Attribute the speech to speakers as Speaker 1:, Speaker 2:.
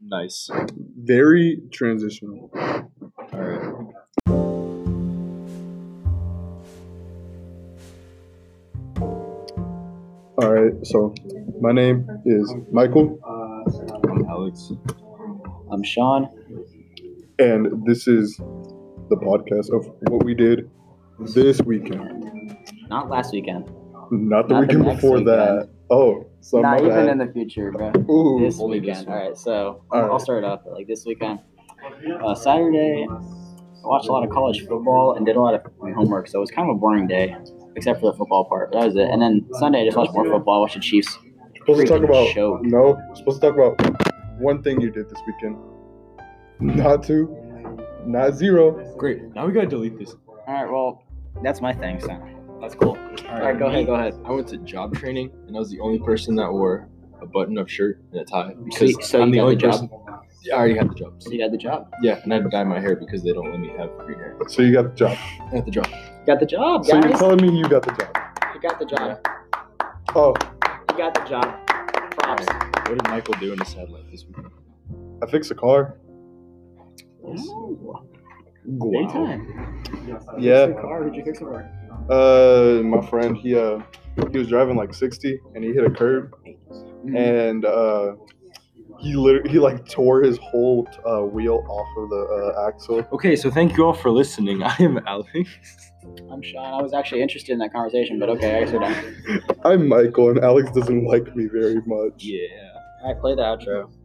Speaker 1: Nice. Very transitional.
Speaker 2: All right.
Speaker 1: All right. So, my name is Michael,
Speaker 2: I'm Alex. I'm Sean.
Speaker 1: and this is the podcast of what we did this weekend,
Speaker 2: Not last weekend.
Speaker 1: not the
Speaker 2: Not the
Speaker 1: weekend
Speaker 2: next
Speaker 1: before that. Oh, so
Speaker 2: Not
Speaker 1: my
Speaker 2: even
Speaker 1: bad.
Speaker 2: in the future, bro.
Speaker 1: Ooh.
Speaker 2: This
Speaker 3: Only this
Speaker 2: weekend. All
Speaker 3: one.
Speaker 2: right. So
Speaker 1: All
Speaker 2: I'll
Speaker 1: right.
Speaker 2: start off like this weekend. Uh, Saturday, I watched a lot of college football and did a lot of my homework. So it was kind of a boring day, except for the football part. But that was it. And then Sunday, I just watched more football. I watched the Chiefs.
Speaker 1: supposed to talk
Speaker 2: freaking
Speaker 1: about
Speaker 2: choke.
Speaker 1: no. we're Supposed to talk about one thing you did this weekend. Not two. Not zero.
Speaker 3: Great. Now we gotta delete this.
Speaker 2: All right. Well, that's my thing. So that's cool. All right. Go ahead. Go ahead.
Speaker 3: I went to job training, and I was the only person that wore a button-up shirt and a tie
Speaker 2: So,
Speaker 3: because
Speaker 2: you- so
Speaker 3: I'm
Speaker 2: you
Speaker 3: the
Speaker 2: got
Speaker 3: only
Speaker 2: the job.
Speaker 3: person. Yeah, I already had the job.
Speaker 2: So you got the job.
Speaker 3: Yeah, and I had to dye my hair because they don't let me have green hair.
Speaker 1: So you got the job.
Speaker 3: I had the job.
Speaker 2: Got the job,
Speaker 1: So you're
Speaker 2: guys.
Speaker 1: telling me you got the job.
Speaker 2: You got the job.
Speaker 1: Oh,
Speaker 2: You got the job. Props.
Speaker 3: What did Michael do in his sad life this weekend?
Speaker 1: I fixed a car.
Speaker 2: Wow.
Speaker 3: Wow.
Speaker 1: Yeah.
Speaker 2: car? Did you fix a car?
Speaker 1: Uh, my friend, he uh, he was driving like 60 and he hit a curb
Speaker 2: Mm-hmm.
Speaker 1: and uh, he literally he like tore his whole uh, wheel off of the uh, axle.
Speaker 3: Okay, so thank you all for listening. I am Alex.
Speaker 2: I'm Sean. I was actually interested in that conversation, but okay, I guess we're done.
Speaker 1: I'm Michael and Alex doesn't like me very much.
Speaker 3: Yeah.
Speaker 2: All right, play the outro.